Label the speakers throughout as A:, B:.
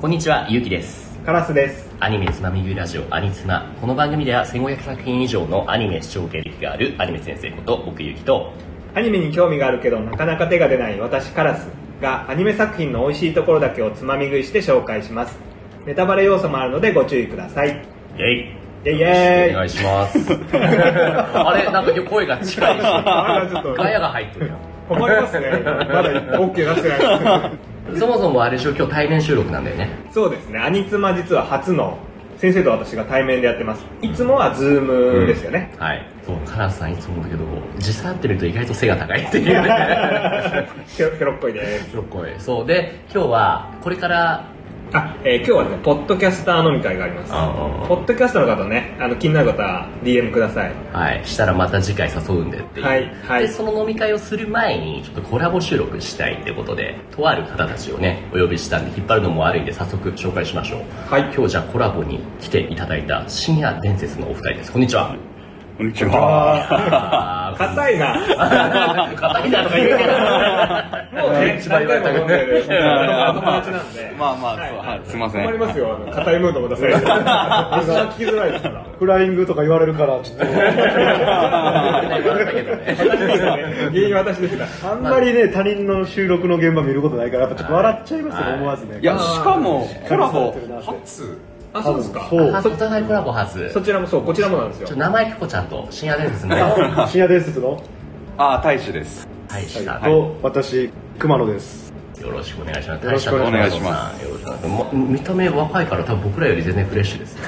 A: こんにちは、ゆうきです。
B: カラスです。
A: アニメつまみ食いラジオ、アニツマ。この番組では1500作品以上のアニメ視聴経歴があるアニメ先生こと、僕ゆうきと、
B: アニメに興味があるけどなかなか手が出ない私カラスがアニメ作品の美味しいところだけをつまみ食いして紹介します。ネタバレ要素もあるのでご注意くだ さい。
A: イェイ
B: イェイイェイ
A: お願いします。 あれなんか今日声が近いし、
B: なんかちょっと
A: ガヤが入ってるよ。
B: 困りますね。まだ OK 出してない。
A: そもそもあれでしょ、今日対面収録なんだよね。
B: そうですね。アニツマ実は初の先生と私が対面でやってます。いつもはズームですよね。
A: はい。そう、カラスさんいつもだけど、実際会ってみると意外と背が高いって いうね。
B: ひょひょろっこいです。
A: すごい。そう。で、今日は、これから、
B: あ、えー今日はね、ポッドキャスター飲み会があります。ポッドキャストの方ね、あの気になる方は DM ください。
A: はい、したらまた次回誘うんでっていう、
B: はいはい
A: でその飲み会をする前にちょっとコラボ収録したいってことでとある方たちをねお呼びしたんで引っ張るのも悪いんで早速紹介しましょう
B: はい
A: 今日じゃあコラボに来ていただいた深夜伝説のお二人ですこんにちは
C: こんにちは。
A: あー
B: 硬いな。
A: 硬いなとか言うけど
B: もうね、
A: 一番言われたく
B: 何回も飲んでる
A: ね
B: 友達なんで。
C: まあまあ、そうはい、すいません。
B: 困りますよ、あの硬いムードも出され て。私は聞きづらいですから。
D: フライングとか言われるから、ちょっと。
B: 原因は私ですから。
D: あんまりね、他人の収録の現場見ることないから、やっぱちょっと笑っちゃいますよ、
A: はい
D: 思わずね。
C: いや、しかも、コラボ
D: コラボ
C: 初。
B: あ、そうですか。
D: そう。
A: お互いコラボ初ち
B: そ
A: ょ
B: ちらもそう、こちらもなんですよ
A: っと。名前きこちゃんと深夜伝説の
D: 深夜伝説の、
C: ああ、大使です。
A: 大使さん
D: と、私、熊野です。
A: よろしくお願いします。
D: よろしくお
C: 願いしま
A: よろしくお願いします。もう見た目若いから多分僕らより全然フレッシュです。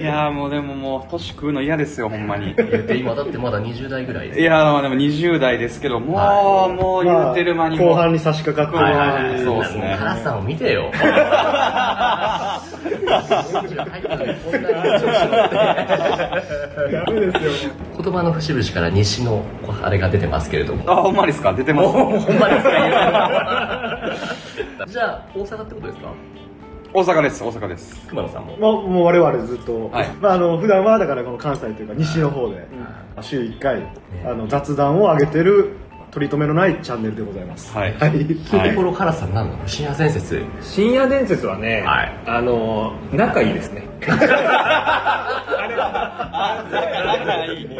C: いやーもうでももう、年食うの嫌ですよ、ほんま に。い
A: 言って今だってまだ20代ぐらいです。
C: やーまあでも20代ですけど、もう、
A: はい
C: もう言ってる間にもう。
D: 後半に差し掛かって
C: はいはいはい
D: る
C: そうですね
A: カラスさんを見てよ。
B: ダメですよ。
A: 言葉の節々から西のあれが出てますけれども。
C: あ、ほんまですか出てま
A: もう
C: す。
A: ほんまですか言うじゃあ大阪ってことですか
C: 大阪です、大阪です。
A: 熊野さんも。
D: もう、もう我々ずっと、
C: はい
D: まあ、あの、普段は、だからこの関西というか、西の方で、週1回、あの、雑談を上げてる、取り留めのないチャンネルでございます。
C: はい
D: はい。
C: はい
A: 日頃カラスさんなんの深夜伝説。
B: 深夜伝説はね、
A: はい
B: あのー仲いいですね。
C: 仲いい。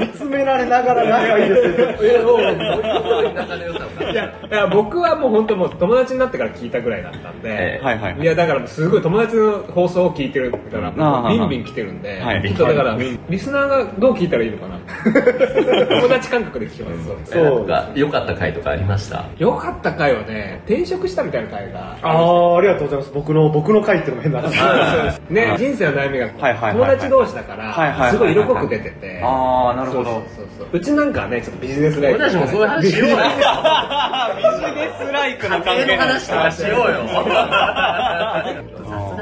D: 見つめられながら仲いいですね。
A: え、おう、仲の良さを
B: いや、いや僕はもう本当もう友達になってから聞いたぐらいだったんで、
A: え
C: はいはいはい
B: いやだからすごい友達の放送を聞いてるから
C: ああ
B: ビンビン来てるんで、
C: はい
B: ちょっとだからリスナーがどう聞いたらいいのかな 友達感覚で聞きます、
D: そう
A: そうか良かった回とかありました
B: よかった回はね転職したみたいな回が
D: ああ、ありがとうございます。僕の、僕の回っていうのも変な話。
B: ね、人生の悩みが
C: はいはいはい
B: 友達同士だか
C: はいはいはいは
B: ら
C: い
B: すごい色濃く出てて
C: あーなるほど
B: そうそうそうそううちなんかはねちょっとビジネスライ
A: 俺
B: フ
A: たちもそういう話しようよ
C: あビジネスライクな
A: 家庭の話と かしようよ雑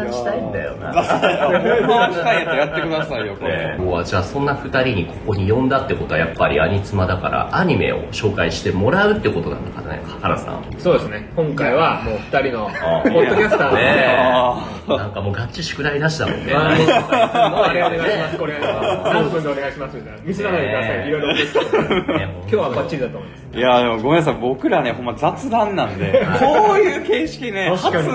A: 談したいんだよな
C: ほんまは機会やったらやってくださいよ、これ。
A: 今日はじゃあそんな2人にここに呼んだってことはやっぱりアニツマだからアニメを紹介してもらうってことなんだからね原さん
B: そうですね今回はもう2人のポッドキャスターの
A: ね
C: あ
A: なんかもうガッチ宿題出したもんね
B: はいこれお願いします、こ
A: ね
B: れお願いします。何分でお願いしますみたいな。見せないでください。いろいろ送ってください。今日はバッチリだと思います。
C: ーいやーでもごめんなさい、僕らね、ほんま雑談なんで、こういう形式ね、初
D: 確かに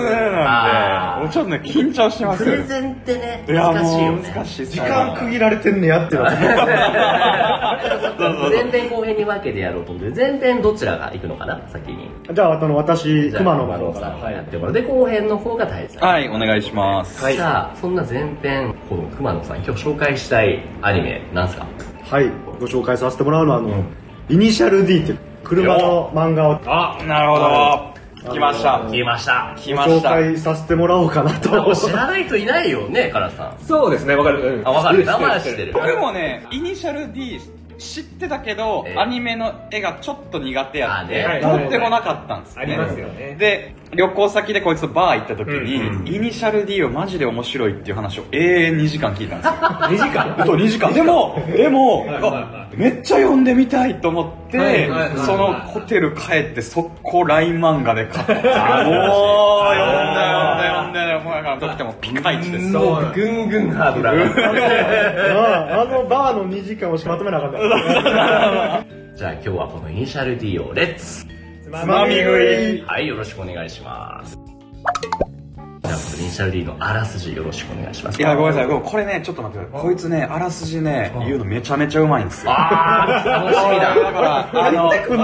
A: あ
C: な
A: ー
C: んで、もうちょっとね、緊張してます
A: プ
C: よ
A: レ。ゼンってね
C: いや
A: 難しいよ
C: もう
A: ね
C: 難しい
D: 時間区切られてんねやってなって
A: 前編後編に分けてやろうと思って前編どちらが行くのかな先に
D: じゃあ、あの、私、
A: じゃあ
D: 熊野の
A: 熊
D: 方
A: 野
D: か
A: さ
D: ら。
A: んが
D: は
A: やっ
D: い。
A: てもらうで後編の方が大佐
C: はいお願いします
A: じゃあそんな前編この熊野さん今日紹介したいアニメなんすか
D: はい。ご紹介させてもらうのは、あの、イニシャル D っていう車の漫画を
C: あなるほど来ました
A: 消えました
C: 来
D: ご
C: まし
D: 紹
C: た
D: 介させてもらおうかなと。
A: 知らない人いないよねカラスさん
B: そうですね、わかる。うん
A: あ分かる名前は知ってる
C: 僕もねイニシャル D 知ってたけど、
A: ええ
C: アニメの絵がちょっと苦手やって、
A: あ
B: ね
C: 持ってこなかったんです
B: あ
C: よ
B: り
C: ね
B: ますよね。
C: で旅行先でこいつとバー行った時に、
B: うん
C: イニシャル D はマジで面白いっていう話を永遠2時間聞いたんですよ
B: 2時間
C: そう2時間でもでも
B: はい
C: あめっちゃ読んでみたいと思って、
B: はいはいはい
C: そのホテル帰って速攻 LINE 漫画で買ってもう読んだよ読んだよ読んだよほらから時ってもピカイチです
B: そう
A: ぐんぐんハードル
D: ああのバーの2時間をしまとめなかった。
A: じゃあ今日はこのイニシャル D をレッツ
B: つ
D: つまみ食い。
A: はいよろしくお願いしますじゃあプリンシャル D のあらすじよろしくお願いします
C: いや、ごめんなさい。ごめんこれね、ちょっと待ってください。こいつね、あらすじね、言うのめちゃめちゃうまいんですよ。
A: あー楽しみだ
C: だから、あの、そうそうそ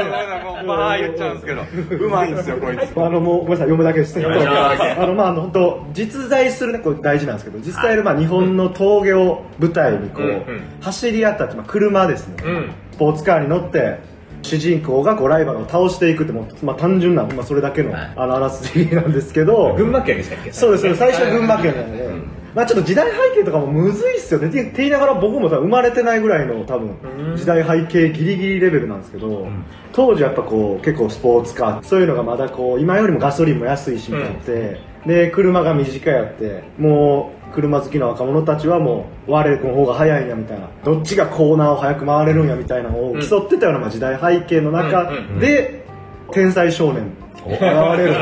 C: うそうもうバー言っちゃうんですけど、うまいんですよ、こいつ。
D: あのもうごめんなさい読むだけです。
A: むだけ
D: あのまああの本当実在するねこれ大事なんですけど実在するまあ日本の峠を舞台に
B: う
D: こ
B: んう
D: うん走り合ったってまあ車ですね。
B: うん
D: スポーツカーに乗って主人公がこうライバルを倒していくってもうまあ単純なまあそれだけの
A: はい
D: あのあらすじなんですけど。
B: 群馬県でしたっけ
D: そうですそうです最初は群馬県なんで、まあ、ちょっと時代背景とかもむずいっすよねってって言いながら僕も多分生まれてないぐらいの多
B: うん
D: 分時代背景ギリギリレベルなんですけど、当時はやっぱこう結構スポーツカーそういうのがまだこう今よりもガソリンも安いしみたいなって、で車が短いやってもう車好きな若者たちはもう我々の方が速いんやみたいなどっちがコーナーを早く回れるんやみたいなのを競ってたようなまあ時代背景の中
B: うんうんうん
D: で、天才少年
A: お
D: 現れる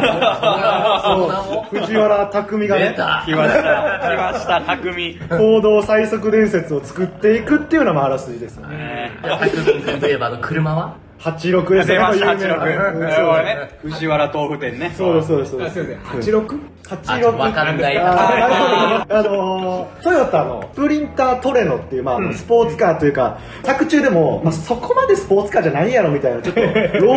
D: そう藤原匠が
A: 出
D: ね
A: た
C: 来ました、来ました、匠。
D: 行動最速伝説を作っていくっていうのもあらすじですよね
C: ね
A: じゃあたく君といえばあの車は
D: 86です
C: 出
D: ね
C: ました、
D: 有名な
C: 86。
D: うん
C: ねこれね、藤原豆腐店ね。
D: そうですそうですそう
B: あ
D: で
B: い
D: す
B: ま
D: そう
B: せ
D: で
B: ん
D: す
B: 八六
A: あちょっとわかんない
D: あーなるほどあのートヨタのスプリンタートレノっていう、まあ、スポーツカーというか作中でも、まあ、そこまでスポーツカーじゃないやろみたい なちょっとロ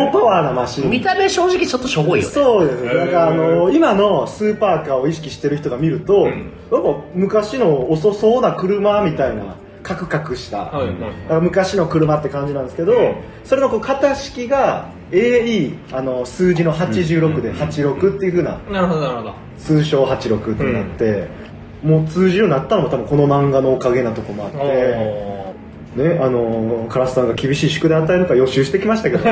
D: ーパワーなマシン
A: 見た目正直ちょっとしょぼいよね
D: そうですね、
B: へー
D: なんかあの今のスーパーカーを意識してる人が見ると、
B: うん
D: なんか昔の遅そうな車みたいなカクカクした、
B: はいはい
D: あの昔の車って感じなんですけど、
B: うん
D: それのこう型式が AE あの数字の86で86っていう風な
B: なるほどなるほど
D: 通称86ってなって、もう通じるようになったのも多分この漫画のおかげなとこもあって、
B: お
D: ねあのー、カラスさんが厳しい宿題与えるか予習してきま したけど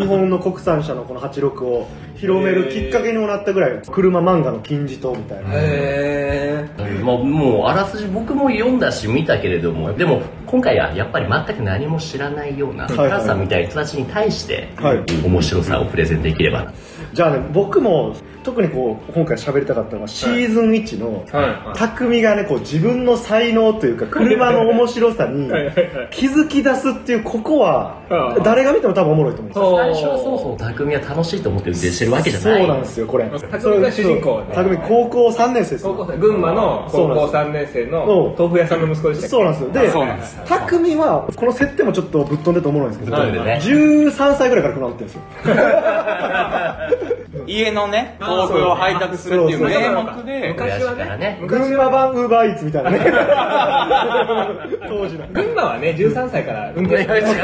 D: 日本の国産車のこの86を広めるきっかけにもなったぐらい車漫画の金字塔みたいな、
B: へえ
A: まあ、もうあらすじ僕も読んだし見たけれどもでも今回はやっぱり全く何も知らないような
D: はい
A: 母さんみたいな人たちに対して、
D: はい
A: 面白さをプレゼンできればな
D: じゃあね僕も特にこう今回喋りたかったのはシーズン1の、
B: はいはい
D: 匠がねこう自分の才能というか車の面白さに
B: はいはいはい
D: 気づき出すっていうここは
B: あー
D: 誰が見ても多分おもろいと思うんですよ
A: 最初はそもそも匠は楽しいと思って運転してるわけじゃない
D: そうなんですよこれ
B: 匠が主人公ね
D: 匠高校3年生です
B: 高校生群馬の
D: そ
B: 高
D: うなん
B: 校
D: です
B: 3年生の
D: うん
B: 豆腐屋さんの息子でしたっけ
D: そうなんですよ
C: あ
D: で
C: そうなんです。
D: 匠はこの設定もちょっとぶっ飛んでておもろいんですけど
A: ぶっ飛んでるね
D: 13歳ぐらいから車乗ってるんですよ
C: 家のね、豆腐を配達するっていう名目で、
B: 昔は
A: 昔から
B: ね
A: ね
D: 群馬版ウーバーイーツみたいなね当時の
B: 群馬はね13歳から運転してる
C: 聞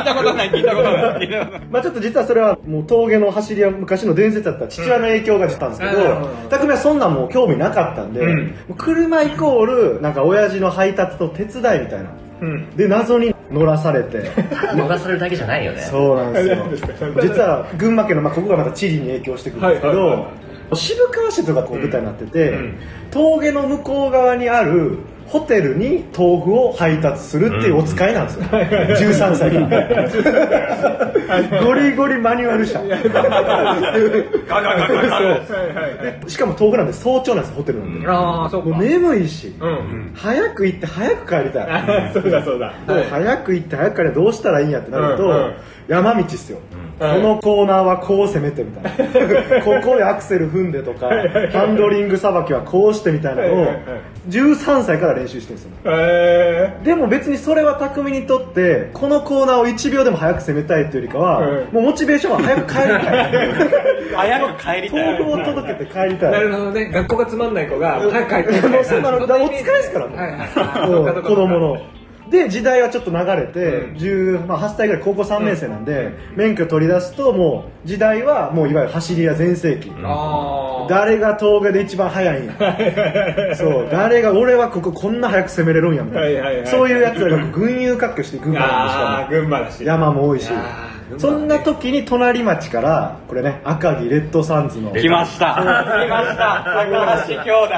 C: いたことない、聞いたことない聞いたことない。
D: まあちょっと実はそれはもう峠の走りは昔の伝説だった父親の影響が出たんですけど、
B: うんなるほど
D: 匠はそんなんもう興味なかったんで、
B: うん
D: もう車イコールなんか親父の配達と手伝いみたいな
B: うん
D: で謎に乗らされて
A: 逃されるだけじゃないよね
D: そうなんですよ
B: 何ですか
D: 実は群馬県の、まあ、ここがまた地理に影響してくるんですけ
B: は
D: ど、
B: いはいは
D: 渋川市とかこう舞台になってて、
B: うん
D: 峠の向こう側にあるホテルに豆腐を配達するっていうお使いなんですよ、13歳がゴリゴリマニュアル車
C: ガガガガガガ。
B: はいはいはい
D: しかも豆腐なんで早朝なんですホテルなんで、
B: ああそう
D: も
B: か
D: う眠いし、
B: うん
D: 早く行って早く帰りたい
B: あそうだそうだ
D: もう早く行って早くからどうしたらいいんやってなると、
B: うんうん
D: 山道っすよ、
B: うん
D: このコーナーはこう攻めてみたいな ここでアクセル踏んでとかハンドリングさばきはこうしてみたいなのを
B: はいはいはい
D: 13歳から練習してるんですよね
B: へ
D: でも別にそれは匠にとってこのコーナーを1秒でも早く攻めたいというよりかは、
B: うん
D: もうモチベーションは早く帰り たい
C: 早く帰りたい。
D: 豆腐を届けて帰り
B: え
D: た
B: ないるほどね学校がつまんない子が早く帰って
D: もうそうなのだからお疲れですからもう
B: はいはい
D: うん
B: はい
D: 子供ので時代はちょっと流れて、
B: うん
D: 10まあ、8歳ぐらい高校3年生なんで、免許取り出すともう時代はもういわゆる走り屋全盛期、
B: ああ
D: 誰が峠で一番速いんやそう誰が俺はこここんな早く攻めれるんやみたいな、
B: はいはいはい
D: そういうやつらが群雄割拠して群馬なんです
B: あ
D: か
B: あ群馬だし
D: ら山も多いし
B: いやー群馬はね
D: そんな時に隣町からこれね赤城レッドサンズの
C: 来ました。来ました。高橋兄弟。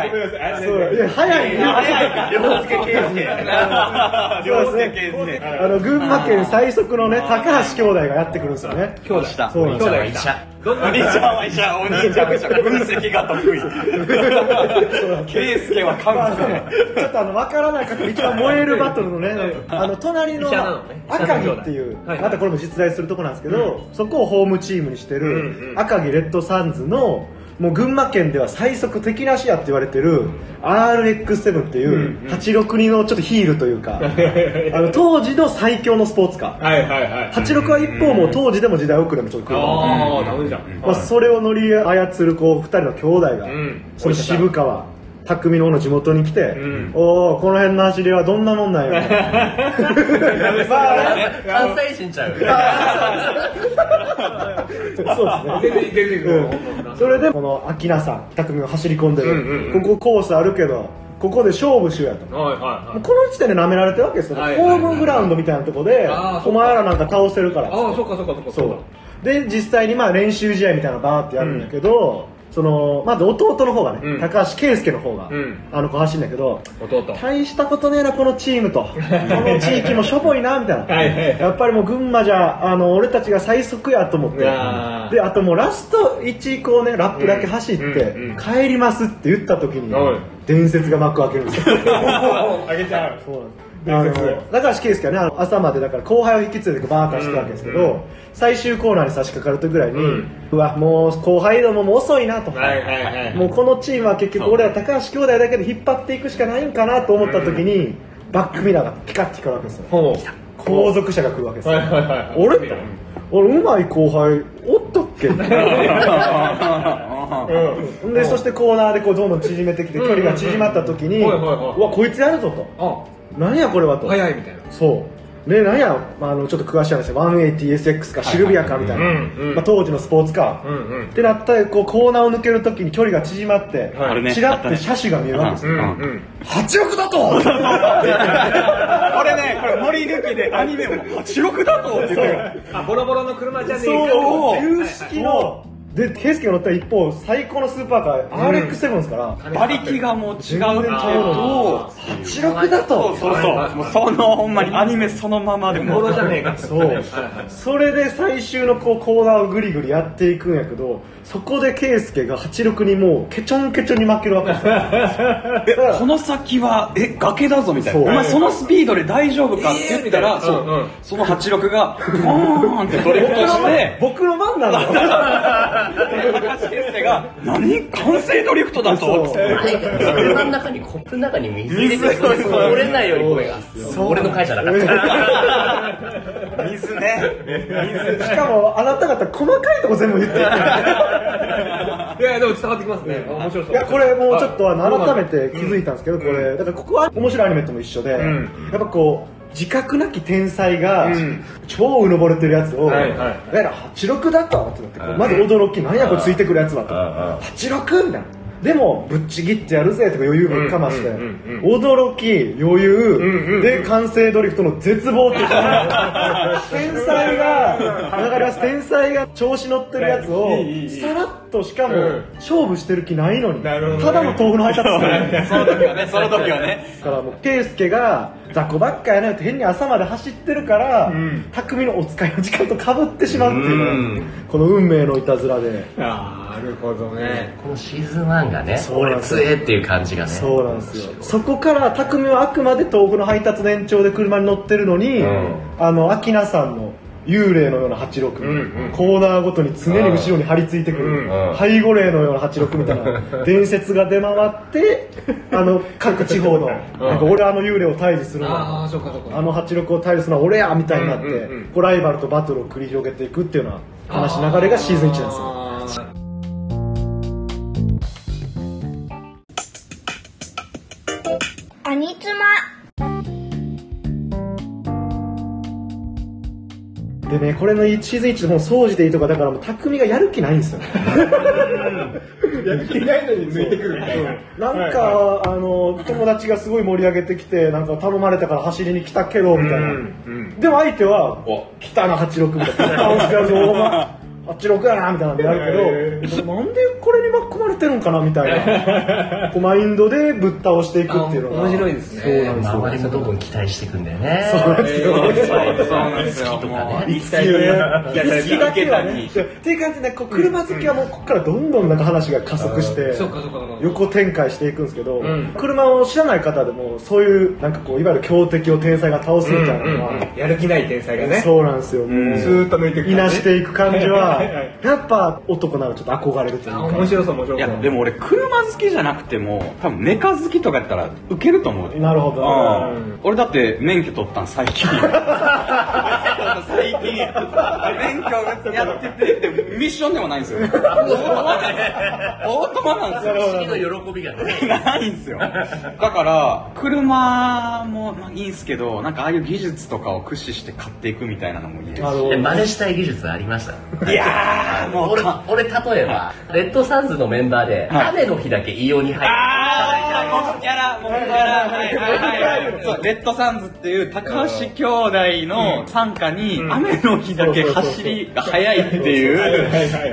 D: そういや早いね
C: 早い
A: 洋介圭
C: か。
D: そ
C: 両
D: うで
C: 手
D: す
C: ケ
D: ね
C: ースで。
D: あの群馬県最速のね高橋兄弟がやってくるんですよね
B: 兄弟
C: 来ました
D: そうなん
B: 兄
D: です
A: 医者
B: 弟がいた
D: よ
B: どん
C: お
B: な
C: 兄ちゃんは医者、お兄ちゃんは医者、分析が得意。ケイスケは
D: まあ
C: 完
D: そ
C: 全。
D: うちょっとあの分からない方一番燃えるバトルのね
B: うん
D: あの隣の
B: 医者なのね
D: 赤城っていう
B: 医者の兄弟はい
D: またこれも実在するとこなんですけどそこをホームチームにして
B: うんう
D: る
B: ん
D: 赤城レッドサンズのもう群馬県では最速敵なしやって言われてる RX7 っていう
B: うんうん
D: 86にのちょっとヒールとい うかあの当時の最強のスポーツカー
B: はいはいはい
D: 86は一方もう当時でも時代遅れもちょっと車なんで
B: ああダメじゃん、
D: まあ、それを乗り操るこう2人の兄弟が、
B: うん
D: この渋川匠の方の地元に来て、
B: うん
D: おおこの辺の走りはどんなもん なんや
A: 関西人ちゃう
B: 出
D: そうですね
B: て出てくる、
D: うんそれでこの明菜さん匠が走り込んでる、
B: うんうんうん
D: ここコースあるけどここで勝負しようやと
B: はいはいは
D: もう
B: い
D: この時点で舐められてるわけですよ、
B: はいはいはい
D: ホームグラウンドみたいなとこで
B: あーそっ
D: お
B: か
D: 前らなんか倒せるから
B: ああそっかそっかそっか
D: そうで実際にまあ練習試合みたいなのバーってやるんだけど、そのまず弟の方がね、
B: うん
D: 高橋圭介の方が、
B: うん
D: あの子走るんだけど
B: 弟
D: 大したことねえなこのチー ムとこの地域もしょぼいなみたいな
B: はいはい
D: やっぱりもう群馬じゃあの俺たちが最速やと思って
B: うわー
D: であともうラスト1こうねラップだけ走って、
B: うんうんうん
D: 帰りますって言った時に、
B: はい
D: 伝説が幕を開けるんです よ
B: あげちゃう
D: そうなんです
B: 伝説
D: あの高橋圭介はねあの朝までだから後輩を引き連れてバーッと走ったわけですけど、
B: うんうん
D: 最終コーナーに差し掛かるとぐらいに、
B: う
D: うんわもう後輩どもも遅いなと、
B: はいはいはい
D: もうこのチームは結局俺ら高橋兄弟だけで引っ張っていくしかないんかなと思った時に、バックミラーがピカッて光るわけですよ
B: ほう
D: 後続者が来るわけですよ、
B: はいはいはい
D: 俺って俺うまい後輩おったっ け
B: うん
D: でそしてコーナーでこうどんどん縮めてきて距離が縮まった時に、
B: うん
D: う
B: はいはいはいう
D: わこいつやるぞと
B: あ
D: なんやこれはと
B: 早いみたいな
D: そうでなんや、まあ、あのちょっと詳しい話で 180SX かシルビアかみたいな、
B: うんうん
D: まあ、当時のスポーツカー、
B: うんうん
D: ってなったらこうコーナーを抜けるときに距離が縮まって、
B: はいあれ
C: ね
D: ち
C: あ
D: らっ
C: ったね
D: て車種が見えるわけです
B: う
D: よ、
B: んうん
D: 8億だと
C: これね、これ森抜きでアニメも8億だとって言ってる。
B: あボロボロの車じゃねえか
D: そう
C: そう
D: 旧式ので圭介が乗った一方最高のスーパーカー、RX7 ですから
C: 馬力がもう違うけど、
D: 8億だ
C: そ
D: と
C: うそうそう、もうそのほんまにアニメそのままで
B: ボ
C: も
B: ロ
C: う。
B: じゃねえか
D: そうそれで最終のこうコーナーをぐりぐりやっていくんやけどそこで圭介が86にもうケチョンケチョンに負けるわけですよ
C: この先は、え、崖だぞみたいな。
D: そ
C: お
D: う
C: 前そのスピードで大丈夫かって言った
B: えー
C: ら、
B: みたい
C: そ
B: なうんうん
C: う、その86が、ボーンってドリフトして、
D: 僕の番なの
C: 高橋先生が、何完成ドリフトだと
D: そう
A: 車の中にコップの中に水入れて漏れないように声が
D: そう
A: 俺の会社だから
C: 水ね。
D: しかもあなた方細かいとこ全部言ってる
B: いやいやでも伝わってきますね面白そう
D: いやこれもうちょっとあの改めて気づいたんですけど、これだからここは面白いアニメとも一緒で、
B: ん
D: やっぱこう自覚なき天才が、
B: うん
D: 超うぬぼれてるやつを、
B: はいはい
D: いわゆる86だとってなってこう
A: うん
D: まず驚き、なんやこれついてくるやつだと、
A: うんうん
D: 86みたいな。でもぶっちぎってやるぜとか余裕ぶっかまして、
B: うんうん
D: 驚き余裕、
B: んうん
D: で完成ドリフトの絶望っていう 天才がだから天才が調子乗ってるやつを
B: いいいいいい
D: さらっとしかも
B: うん
D: 勝負してる気ないのに、
B: なるほどね
D: ただの豆腐の配達で すね
C: その時はね、その時はね。
D: だからもう圭介が雑魚ばっかやねって変に朝まで走ってるから、
B: ん
D: 匠のお使いの時間とかぶってしまうっていうね
A: うん
D: この運命のいたずらで、
B: なるほどね
A: このシーズン1がね
D: そうなん
A: 俺
D: ですよ
A: 強えっていう感じがね
D: そうなんですよそこから匠はあくまで豆腐の配達の延長で車に乗ってるのに、
A: うん
D: あの明菜さんの幽霊のような86、
B: うんうん
D: コーナーごとに常に後ろに張り付いてくる、
A: うんうん
D: 背後霊のような86みたいな伝説が出回 ってあの各地方の、なんか俺あの幽霊を退治するの
B: ああそうかそうか
D: あの86を対するのは俺やみたいになって、
B: うんうんうん
D: こうライバルとバトルを繰り広げていくっていうような話流れがシーズン1なんですよ
B: ですよ
E: アニツマ
D: でねこれのシーズン1でもう総じていいとかだからもう匠がやる気ないんですよ
B: やってないのに抜いてくるみたいな
D: なんか、あの友達がすごい盛り上げてきてなんか頼まれたから走りに来たけどみたいな、
B: うんうん
D: でも相手は
A: お
D: 「来たな86」みたいな「倒してやるぞお前あっち6やなみたいなんでやるけど、なんでこれに巻き込まれてるんかなみたいなこうマインドでぶっ倒していくっていうのが
C: あ面白いですね
D: そうなん
A: 周
D: で
A: り
D: す
A: も
D: よ
A: どんどん期待していくんだよね。
C: そうなんですよ。
A: とかね
C: もう、
D: 好きよね
C: 好きだけだに。
D: っていう感じでこう車好きはもうここからどんどんなんか話が加速して
C: そっかそっかそっか。
D: 横展開していくんですけど、
B: うん
D: 車を知らない方でもそういうなんかこういわゆる強敵を天才が倒すみたいなのが、
B: うんうんうんやる気ない天才がね
D: そうなんですよ、もう
B: ずーっと抜いていく
D: いなしていく感じは
B: はいはい
D: やっぱ男ならちょっと憧れるという
B: あ
D: か
B: 面白そう面白そう
C: いや、でも俺、車好きじゃなくても、多分メカ好きとかやったら、ウケると思う。
D: なるほど
C: ああ
B: うん
C: 俺だって免許取ったん最 近最近免許やっててでミッションでもないん ですよオートマなんですよオートマなんですよ
A: 不思議の喜びが ね。
C: ないんですよだから車もまあいいんすけどなんかああいう技術とかを駆使して買っていくみたいなのもいいです
D: なるほ
A: え
D: ど
A: 真似したい技術ありました
C: いやーもう
A: 俺
C: か
A: 俺例えばレッドサンズのメンバーで
C: はい
A: 雨の日だけ異様に入る
C: あーモブキャラモブキャラはいはいはいそうレッドサンズっていう高橋兄弟の傘下に雨の日だけ走りが速いっていう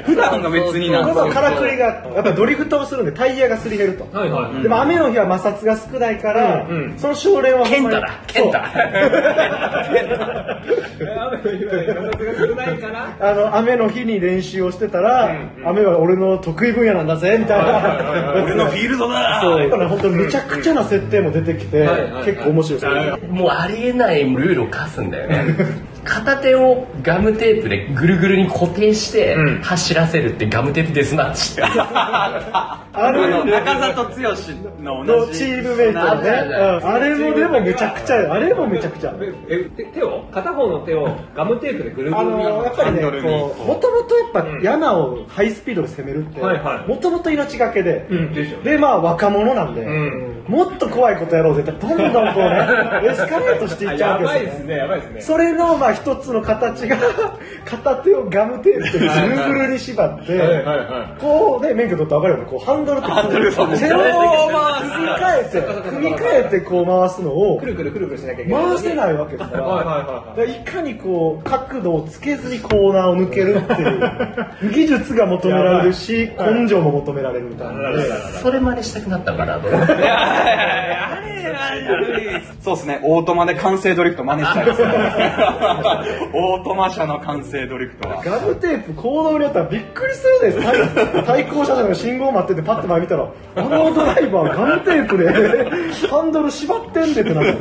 C: 普段が別になん
D: た
C: で
D: だ
C: すよ
D: からくりがやっぱドリフトをするんでタイヤがすり減ると、
B: はいはい
D: でも雨の日は摩擦が少ないから、
B: うんうん
D: その少年はほ
A: ケ
D: ん
A: ン
D: ま
A: タ
D: に
A: だケンタ
B: ないから
D: あの雨の日に練習をしてたら、
B: うんうん
D: 雨は俺の得意分野なんだぜみたいな
C: 俺のフィールドだ
D: そうやっぱ
C: ー
D: ね本当にむちゃくちゃな設定も出てきて、
B: んはいはい
D: 結構面白いですよ、
A: もうありえないルールを課すんだよね片手をガムテープでぐるぐるに固定して
B: うん
A: 走らせるってガムテープデスマッチって
D: あ
C: あの
D: れ
C: 中里剛の
D: の
C: 同じ
D: チームメイトのね、
A: あ
D: うんあれもでもめちゃくちゃあれもめちゃくちゃ
B: え手手を片方の手をガムテープでぐるぐ
D: あ
B: るに
D: のやっぱりね
C: ハンドルに
D: こうもともとやっぱ山をハイスピードで攻めるって
B: はいはい
D: もともと命がけで、
B: うんでしょ
D: でまあ若者なんで、
B: うん
D: もっと怖いことやろうぜってどんどんこうねエスカレートしていっちゃ
B: や
D: う
B: ば
D: わけ
B: い
D: で
B: ですす
D: よ
B: ねやばいですね
D: それのまあ一つの形が 片手をガムテープでぐるぐるに縛って、
B: はいはいは
D: こうね、免許取ったら分かるよね、こうハンドルってこう、
C: ハンドルそう
D: 手を
C: 回
D: 組み替えて、組み替えてこう回すのを
B: くるくるくるくるしなきゃいけない
D: 回せないいわけです
B: はい
D: か
B: はい
D: ら、
B: はい
D: だからいかにこう角度をつけずにコーナーを抜けるっていう、 技術が求められるし、根性も求められるみたいな。
A: それ真似したくなったのかなと思って
C: いやいやいやあれあれあれそうですねオートマで完成ドリフト真似したいですね オートマ車の完成ドリフトは
D: ガムテープ行動にあったらびっくりするね対対向車線の信号待っててパッと前見たらあのドライバーガムテープで ハンドル縛ってんでってなるよね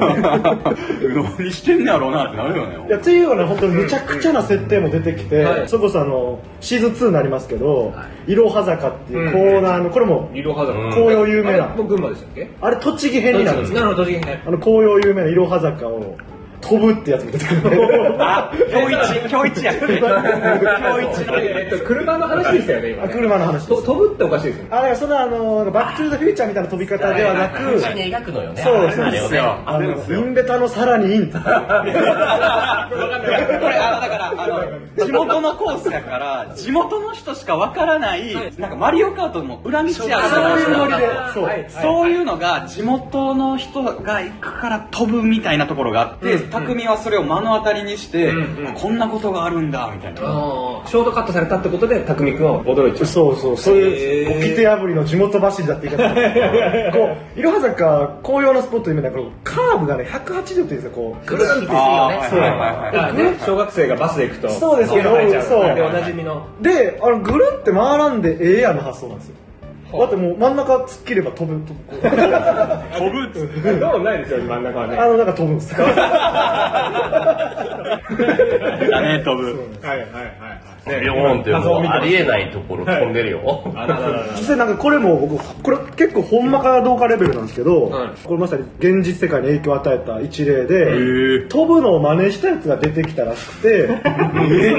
C: 何してんねやろうなってなるよ
D: いや
C: ね
D: っていうような本当にむちゃくちゃな設定も出てきて、
B: はい
D: それこそあのシーズン2になりますけど「いろは坂」っていうコーナーのこれも
B: いろは坂
D: 紅葉有名な
B: あれもう群馬でしたっけ
D: あれ栃木編になるんですよ
B: なるほど栃木県
D: あの紅葉有名な「いろは坂」を飛ぶってやつも出てくるんで
C: あ今日一今日一や今日一の
B: えっと車の話でしたよね今
D: あ
B: ね
D: 車の話で
B: と
D: す
B: 飛ぶっておかしいですよね
D: あれそのあのバック・トゥ・ザ・フューチャーみたいな飛び方ではなく
A: 口に描くのよね
D: そうです
A: あれをね
D: あのインベタのさらにイン
C: これあのだからあの地元のコースやから地元の人しかわからないなんかマリオカートの裏道やから
D: そういうノリでそう
B: はい
C: そういうのが地元の人が行くから飛ぶみたいなところがあって、
B: うんうん
C: 匠はそれを目の当たりにして、
B: うんうん
C: こんなことがあるんだみたいな、
B: あーショートカットされたってことで匠君は驚いちゃう
D: そうそうそうい
B: へー
D: う掟破りの地元走りだって言い方こういろは坂紅葉のスポットで今ねこのカーブがね180度っていうんですよこう
A: ぐるんってするよね
C: あー
A: そう
C: はいはいは
B: だ
C: い
B: からね小学生がバスで行くと
D: そうです
B: よ
D: よそう
B: でおなじみの
D: であのぐるんって回らんでええやんの発想なんですよだってもう真ん中突っ切れば飛ぶ飛ぶ
C: 飛ぶっつって
B: どうもないですよ真ん中はね
D: あのなんか飛ぶんですよ
C: だね飛ぶ
B: はいはいはい
A: ビヨーンっていうの
B: 謎を見て
A: は
B: ま
A: あ
B: す
A: りえないところ飛んでるよ
B: あらららら
D: 実際なんかこれも僕これ結構ほんまかどうかレベルなんですけど、
B: はい
D: これまさに現実世界に影響を与えた一例で
C: ー
D: 飛ぶのを真似したやつが出てきたらしくて
B: そう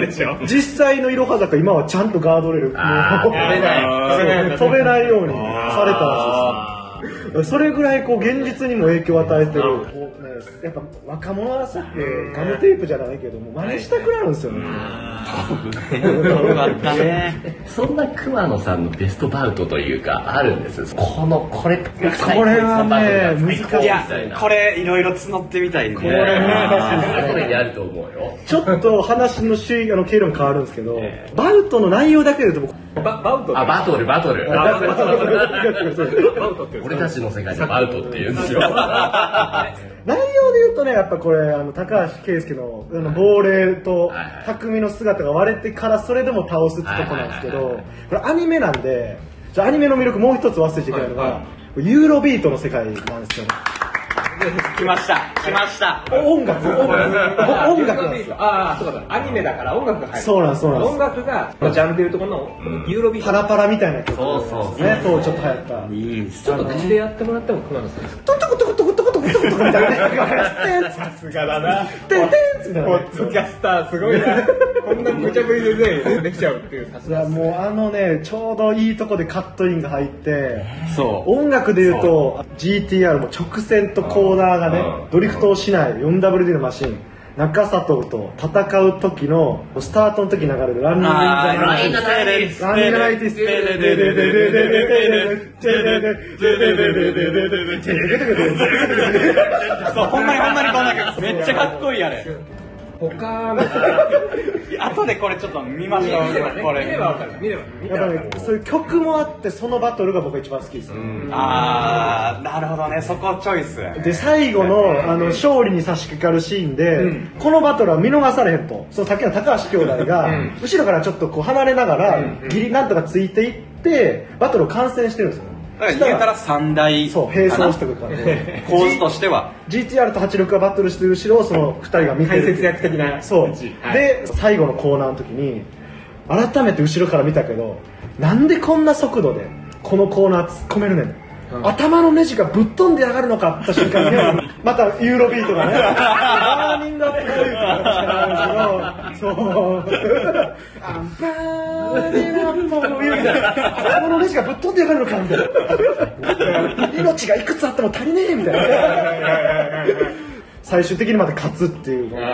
B: でし ょ
D: 実際のいろは坂今はちゃんとガードレール
A: あー
D: もう
A: や
B: べない
D: そう飛べないようにされたらしいですね
B: あー
D: それぐらいこう現実にも影響を与えてる、こうね、やっぱ若者はさってガムテープじゃないけども真似したくなるんですよね、
C: よかったね。
A: そんな熊野さんのベストバウトというか、あるんです。この、これ、これ
D: これはね難
C: い
A: い
C: や
A: みたい、な。
C: これいろいろ募ってみたいね。これ
A: それぞれにあると思うよ。
D: ちょっと話の主あの経路も変わるんですけど、
A: え
D: バウトの内容だけで言うと僕
B: ババウト
A: あ、バトル、バトル。
B: バウト バウトって
A: 俺たちの世界でバウトって言うんですよ。
D: 内容で言うとねやっぱこれあの高橋圭介のあの亡霊と
A: はいはい
D: 匠の姿が割れてからそれでも倒すってとこなんですけ
A: はいは
D: どこれアニメなんでじゃあアニメの魅力もう一つ忘れちゃいけないのが、ユーロビートの世界なんですよね
C: 来ました。来ました。
D: 音楽音楽音楽なんですよ
B: ああそうだアニメだから音楽が入る
D: そうなんそうなんです
B: 音楽がジャンルでいうとこの
A: うん
B: ユーロビート
D: パラパラみたいな曲
A: そうそうそう
D: ねそうちょっと流行った
C: いいんす
B: ちょっと口でやってもらっても熊野さんです
D: トントコトコトコトコトコトコトコみたいなね
B: さすがだな
D: テンテンみたいな
B: ポッドキャスターすごいなこんな無茶ぶりでねできちゃうっていうさす
D: い
B: が
D: やもうあのねちょうどいいとこでカットインが入って
C: そう。
D: 音楽でいうと GTR も直線とコーナーが
A: う
D: ね
A: ん
D: ドリフトをしない 4WD のマシン中里と戦う時のスタートの時に流れるランニングイン
C: あー
D: ザナイ
A: ランニングインザナイ
D: ト
A: ト
D: ランニングナイティステレレレレレレレレレレレレ
C: そう、ほんまにほんまにこんな曲。めっちゃかっこいいあれ。
B: 他の
C: 後でこれちょっと見ましょう。こ
B: 見ればわか
C: れ。
B: る見れば見た
D: や
B: ら
D: っ
B: わか
D: ぱね
B: る
D: そういう曲もあってそのバトルが僕が一番好きですね、
C: あー、なるほどね。そこチョイス。
D: で最後のあの勝利に差し掛かるシーンで、
B: うん
D: このバトルは見逃されへんとそのさっきの高橋兄弟が、
B: うん
D: 後ろからちょっとこう離れながら、ギリなんとかついていってバトルを完戦してるんですよ
C: だから言うたら三大
D: そう並走してく感じで
C: 構図としては
D: GTR と86がバトルしてる後ろをその2人が見てる
B: 解説役的な
D: そう、
B: はい
D: で最後のコーナーの時に改めて後ろから見たけどなんでこんな速度でこのコーナー突っ込めるねん、頭のネジがぶっ飛んで上がるのかって瞬間に ねまたユーロビートがねバーニングアップルー トが来たんですけどそうバーニングアップルート頭のネジがぶっ飛んで上がるのかみたい な命がいくつあっても足りねえみたいな最終的にまた勝つっていうのが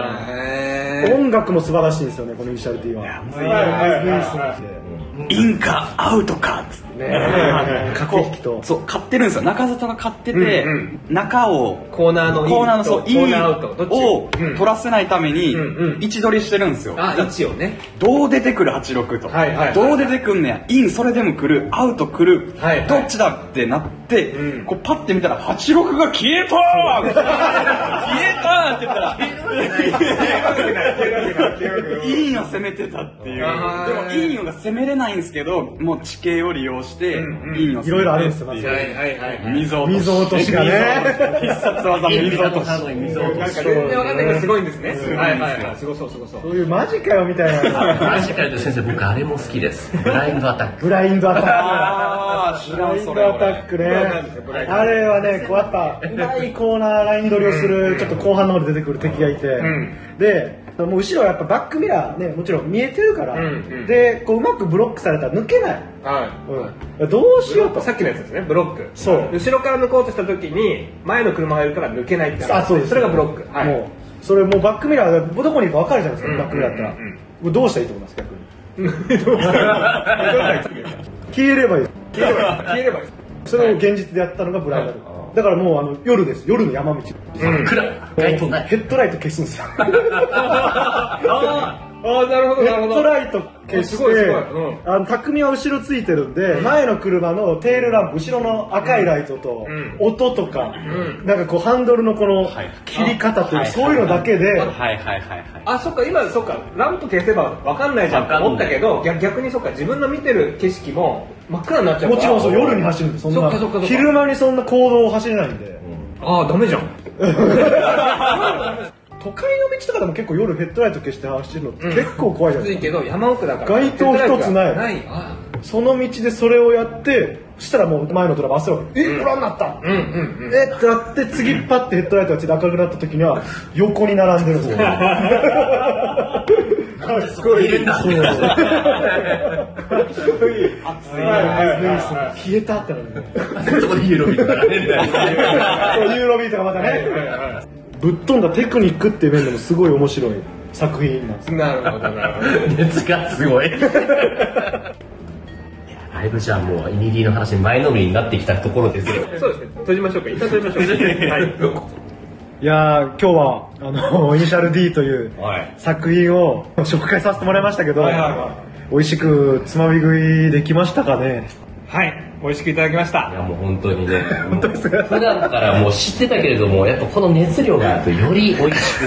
D: 音楽も素晴らしいんですよね、このイニシャル D は。
B: はいはい
C: インかアウトかっつって
D: ね、駆け引きと。
C: そう買ってるんですよ中里が買ってて、
B: うんう
C: 中を
B: コーナーのイン
C: コーナーのそう
B: と
C: イン
B: コーナーアウトどっち
C: を
B: うん
C: 取らせないために
B: うんうん
C: 位置取りしてるんですよ、
B: あ位置をね
C: どう出てくる86と、
B: はいはいはい
C: どう出てくんねやインそれでも来るアウト来る、
B: はいはい
C: どっちだってなって、
B: うん
C: こうパッて見たら86が消えた ーみたいな消えたーって言った らインを攻めてたっていう
B: あー
C: でもインが攻めれないんですけどもう地形を利用して、
B: うんうん
C: インを攻めてってう
D: いろいろあるんですよまず
B: はいはいはいはい
C: 溝落とし
D: 水落としがね。
C: 必殺技 も
A: 水
C: 水
A: 落
C: 落
A: と
C: と
A: し
C: し
A: 水落と
B: なん
A: し
B: か全然わかんないけどすごいんですねはいはいはいすごそうすごそう
D: そういうマジかよみたい な。
A: マジかよ先生僕あれも好きですブラインドアタック
D: ブラインドアタック。
C: ああ知
D: ブ
C: ら
D: ラ
C: ん
D: イン
C: そ
D: ド
C: れ
D: アタックね。
B: ブラインドアタック
D: あれはね、こうやっぱ、うまいコーナーライン取りをする、ちょっと後半の方で出てくる敵がいて
B: ん。
D: で、もう後ろはやっぱバックミラーね、もちろん見えてるから
B: うんうん。
D: で、こううまくブロックされたら抜けない。
B: は
D: うん。どう
B: い
D: し
B: ブ
D: よ
B: ロ
D: う
B: ッ
D: と
B: ク。さっきのやつですねブロック
D: そう
B: 後ろから抜こうとした時に前の車がいるから抜けないって
D: あそうです
B: それがブロックはい
D: もうそれもうバックミラーがどこにいるか分かるじゃないですか、
B: うん
D: バックミラーだったら、
B: うんうん
D: もうどうしたらいいと思います逆に消えればいい
B: 消えればいい消えればいい
D: それを現実でやったのがブライダル、
A: は
D: だからもうあの夜です夜の山道、
B: うん
A: 暗い街灯ない
D: ヘッドライト消す んですよ
B: あーあーなるほど
D: ヘ
B: なるほ
D: ッド
B: ど
D: ライト消して
B: すごいすごいうん
D: あの匠は後ろついてるんで、前の車のテールランプ後ろの赤いライトと、
B: うん
D: 音とか、
B: う
D: なんかこうハンドルのこの
C: はい
D: 切り方という、
C: あ
D: そういうのだけで、
C: はいはいはいはい
B: あそっか今そっかランプ消せばわかんないじゃんと思ったけど逆逆にそっか自分の見てる景色も真っ暗になっちゃうから
D: もちろんそう夜に走るんでそん
B: そ
D: な
B: っかそっかそっか
D: 昼間にそんな行動を走れないんで
B: ああダメじゃん
D: 都会の道とかでも結構夜ヘッドライト消して走るのって結構怖いじゃ
B: き
D: な
B: つ
D: い
B: い
D: です
B: け
D: か、
B: ど山奥だから
D: 街灯一つない
B: ないあ
D: その道でそれをやってそしたらもう前のドラマ焦るえご覧になった、
B: ーうんうんうん
D: えってなって次パッてヘッドライトがついて赤くなった時には横に並んでるんですよ
A: そこにいるんだ
D: そう
B: すごい熱いはいはいは
D: 消えたってなるね
A: そこでユーロビートが出るんだよ。
D: そうユーロビートがまた
B: いはい
D: ね
B: はい
D: ぶっ飛んだテクニックっていう面でもすごい面白い作品なんです
B: なるほどなるほど
A: 熱がすごい。いやだいぶじゃあもうイニディの話に前のめりになってきたところですよ。
B: そうですね閉じましょうか一旦閉じましょう
D: いやー今日はあのイニシャル D という
A: はい。
D: 作品を紹介させてもらいましたけど、
B: はいはいは
D: 美味しくつまみ食いできましたかね
B: はい、はい、美味しくいただきまし
A: い
B: た
A: やもう本当にね。本当です普段からもう知ってたけれども、やっぱこの熱量があるとより美味しく。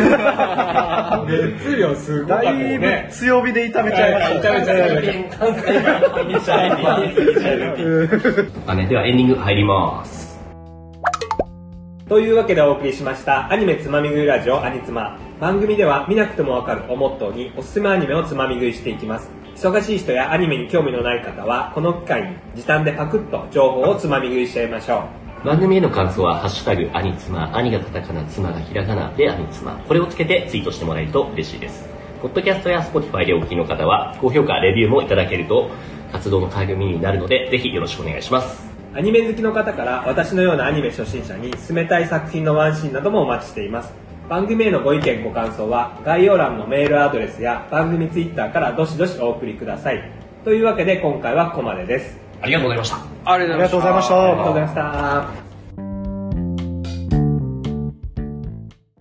B: 熱量すごかった
D: だ
B: で
D: い
B: す
D: ぶ
B: ね
D: 強火で炒めちゃいました、
B: はいはい炒めちゃいました
A: 関西弁イニシャル D あねではエンディング入ります。
B: というわけでお送りしましたアニメつまみ食いラジオアニツマ番組では見なくてもわかるをモットーにおすすめアニメをつまみ食いしていきます忙しい人やアニメに興味のない方はこの機会に時短でパクッと情報をつまみ食いしちゃいましょ
A: 番組への感想は、ハッシュタグ、兄妻、兄がカタカナ、妻がひらがなで兄妻。これをつけてツイートしてもらえると嬉しいです。ポッドキャストや Spotify でお聞きの方は、高評価、レビューもいただけると、活動の励みになるので、ぜひよろしくお願いします。
B: うアニメ好きの方から私のようなアニメ初心者に勧めたい作品のワンシーンなどもお待ちしています番組へのご意見ご感想は概要欄のメールアドレスや番組ツイッターからどしどしお送りくださいというわけで今回はここまでです
A: ありがとうございました。
C: あり
D: ありがとうございました
B: ありがとうございました